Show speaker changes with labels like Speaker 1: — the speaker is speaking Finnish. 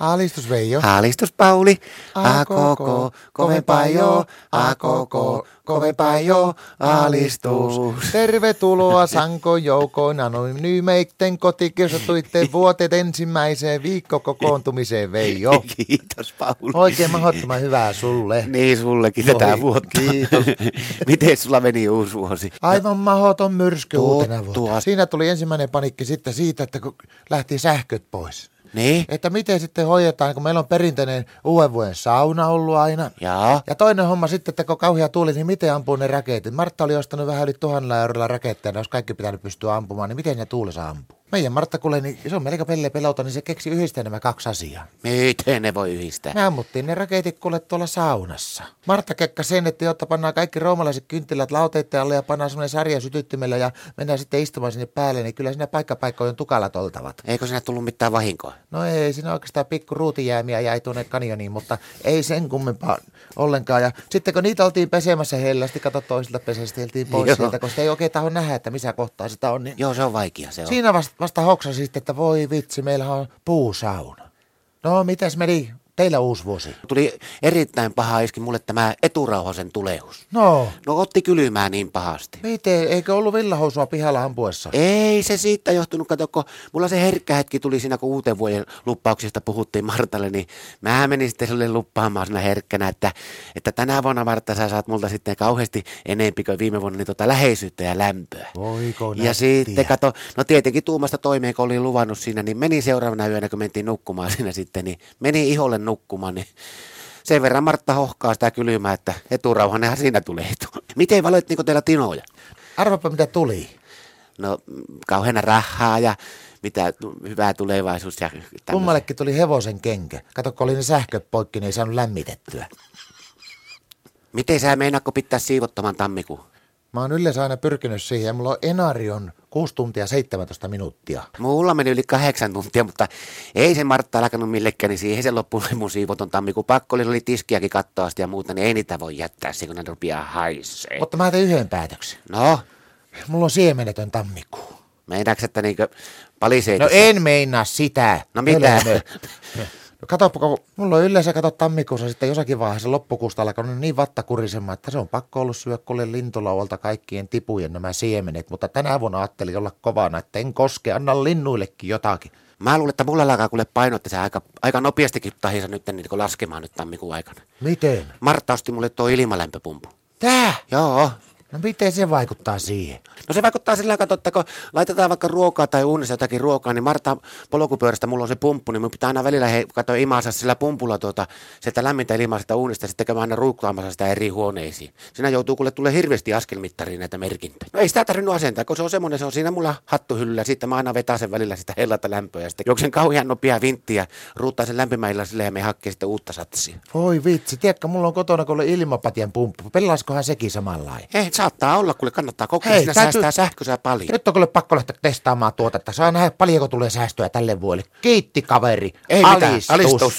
Speaker 1: Alistus Veijo.
Speaker 2: Alistus Pauli,
Speaker 1: A
Speaker 2: a
Speaker 1: koko,
Speaker 2: koko, kovempaa jo, a koko, kovempaa jo, alistus.
Speaker 1: Tervetuloa Sanko joukoin anonyymeitten kotikirjoituitten vuotet ensimmäiseen viikkokokoontumiseen Veijo.
Speaker 2: Kiitos Pauli.
Speaker 1: Oikein mahdottoman hyvää sulle.
Speaker 2: Niin sullekin
Speaker 1: Voi,
Speaker 2: tätä vuotta.
Speaker 1: kiitos.
Speaker 2: Miten sulla meni uusi vuosi?
Speaker 1: Aivan mahoton myrsky uutena vuotena.
Speaker 2: Tottua.
Speaker 1: Siinä tuli ensimmäinen panikki sitten siitä, että kun lähti sähköt pois.
Speaker 2: Niin?
Speaker 1: Että miten sitten hoidetaan, kun meillä on perinteinen uuden vuoden sauna ollut aina.
Speaker 2: Jaa.
Speaker 1: Ja toinen homma sitten, että kun kauhea tuuli, niin miten ampuu ne raketit? Martta oli ostanut vähän yli tuhannella eurolla raketteja, ne olisi kaikki pitänyt pystyä ampumaan, niin miten ne tuulessa ampuu? Meidän Martta kuule, niin se on melko pelle pelota, niin se keksi yhdistää nämä kaksi asiaa.
Speaker 2: Miten ne voi yhdistää?
Speaker 1: Me ammuttiin ne raketit kuule tuolla saunassa. Martta kekka sen, että jotta pannaan kaikki roomalaiset kynttilät lauteitten alle ja pannaan semmoinen sarja sytyttimellä ja mennään sitten istumaan sinne päälle, niin kyllä siinä paikkapaikkoja on tukalat oltavat.
Speaker 2: Eikö sinä tullut mitään vahinkoa?
Speaker 1: No ei, siinä oikeastaan pikku ruutijäämiä jäi tuonne kanjoniin, mutta ei sen kummempaa ollenkaan. Ja sitten kun niitä oltiin pesemässä hellästi, kato toisilta pesesteltiin pois
Speaker 2: Joo.
Speaker 1: sieltä, koska ei oikein taho nähdä, että missä kohtaa sitä on. Niin...
Speaker 2: Joo, se on vaikea se on.
Speaker 1: Siinä vasta, vasta hoksasi sitten, että voi vitsi, meillä on puusauna. No, mitäs meni teillä uusi vuosi?
Speaker 2: Tuli erittäin paha iski mulle tämä eturauhasen tulehus.
Speaker 1: No,
Speaker 2: No otti kylmää niin pahasti.
Speaker 1: miten, eikö ollut villahousua pihalla ampuessa?
Speaker 2: Ei se siitä johtunut, kato, kun mulla se herkkä hetki tuli siinä, kun uuden vuoden luppauksista puhuttiin Martalle, niin mä menin sitten sulle luppaamaan siinä herkkänä, että, että tänä vuonna Martta sä saat multa sitten kauheasti enempi kuin viime vuonna niin tota läheisyyttä ja lämpöä.
Speaker 1: Voiko
Speaker 2: Ja sitten kato, no tietenkin tuumasta toimeen, kun olin luvannut siinä, niin meni seuraavana yönä, kun mentiin nukkumaan siinä sitten, niin meni iholle nukkumaan, niin sen verran Martta hohkaa sitä kylmää, että eturauhanenhan siinä tulee. Miten valoit niin teillä tinoja?
Speaker 1: Arvapa mitä tuli.
Speaker 2: no mm, kauheana rahaa ja mitä tu- hyvää tulevaisuus ja tämmöistä.
Speaker 1: Kummallekin tuli hevosen kenkä. Kato, kun oli ne sähköt poikki, niin ei saanut lämmitettyä.
Speaker 2: Miten sä meinaatko pitää siivottoman tammikuun?
Speaker 1: Mä oon yleensä aina pyrkinyt siihen ja mulla on enari on 6 tuntia 17 minuuttia.
Speaker 2: Mulla meni yli kahdeksan tuntia, mutta ei se Martta alkanut millekään, niin siihen se loppui mun siivoton tammikuun. Pakko oli, oli tiskiäkin kattoa asti ja muuta, niin ei niitä voi jättää siihen, kun ne rupeaa haisee.
Speaker 1: Mutta mä tein yhden päätöksen.
Speaker 2: No,
Speaker 1: Mulla on siemenetön tammikuu.
Speaker 2: meinaatko, että niinkö palisee
Speaker 1: No
Speaker 2: tässä?
Speaker 1: en meinaa sitä.
Speaker 2: No mitä?
Speaker 1: Hölmö. No katoppa, kun mulla on yleensä kato tammikuussa sitten jossakin vaiheessa loppukuusta alkanut niin vattakurisemaan, että se on pakko ollut syödä kuule lintulauolta kaikkien tipujen nämä siemenet, mutta tänä vuonna ajattelin olla kovana, että en koske, anna linnuillekin jotakin.
Speaker 2: Mä luulen, että mulla alkaa kuule paino, että se aika, aika nopeastikin tahinsa nyt niin kun laskemaan nyt tammikuun aikana.
Speaker 1: Miten?
Speaker 2: Martta osti mulle tuo ilmalämpöpumpu.
Speaker 1: Tää?
Speaker 2: Joo,
Speaker 1: No miten se vaikuttaa siihen?
Speaker 2: No se vaikuttaa sillä tavalla, että kun laitetaan vaikka ruokaa tai uunissa jotakin ruokaa, niin Martta polkupyörästä mulla on se pumppu, niin mun pitää aina välillä he, katsoa imansa sillä pumpulla tuota, sieltä lämmintä ilmaa sitä uunista, sitten käymään aina ruuklaamassa sitä eri huoneisiin. Siinä joutuu kuule tulee hirveästi askelmittariin näitä merkintöjä. No ei sitä tarvinnut asentaa, kun se on semmoinen, se on siinä mulla hattuhyllyllä, sitten mä aina vetää sen välillä sitä hellata lämpöä ja sitten juoksen kauhean nopea vinttiä, ruuttaa sen lämpimäillä sille ja me hakkee sitten uutta satsia.
Speaker 1: Voi vitsi, tiedätkö, mulla on kotona kuule ilmapatien pumppu. Pelaaskohan sekin samanlainen?
Speaker 2: Hei, saattaa olla, kuule kannattaa kokeilla,
Speaker 1: Hei,
Speaker 2: siinä
Speaker 1: täytyy-
Speaker 2: säästää sähköä paljon.
Speaker 1: Nyt on kyllä pakko lähteä testaamaan tuotetta. Saa nähdä paljonko tulee säästöä tälle vuodelle. Kiitti kaveri.
Speaker 2: Ei mitään. Alistus.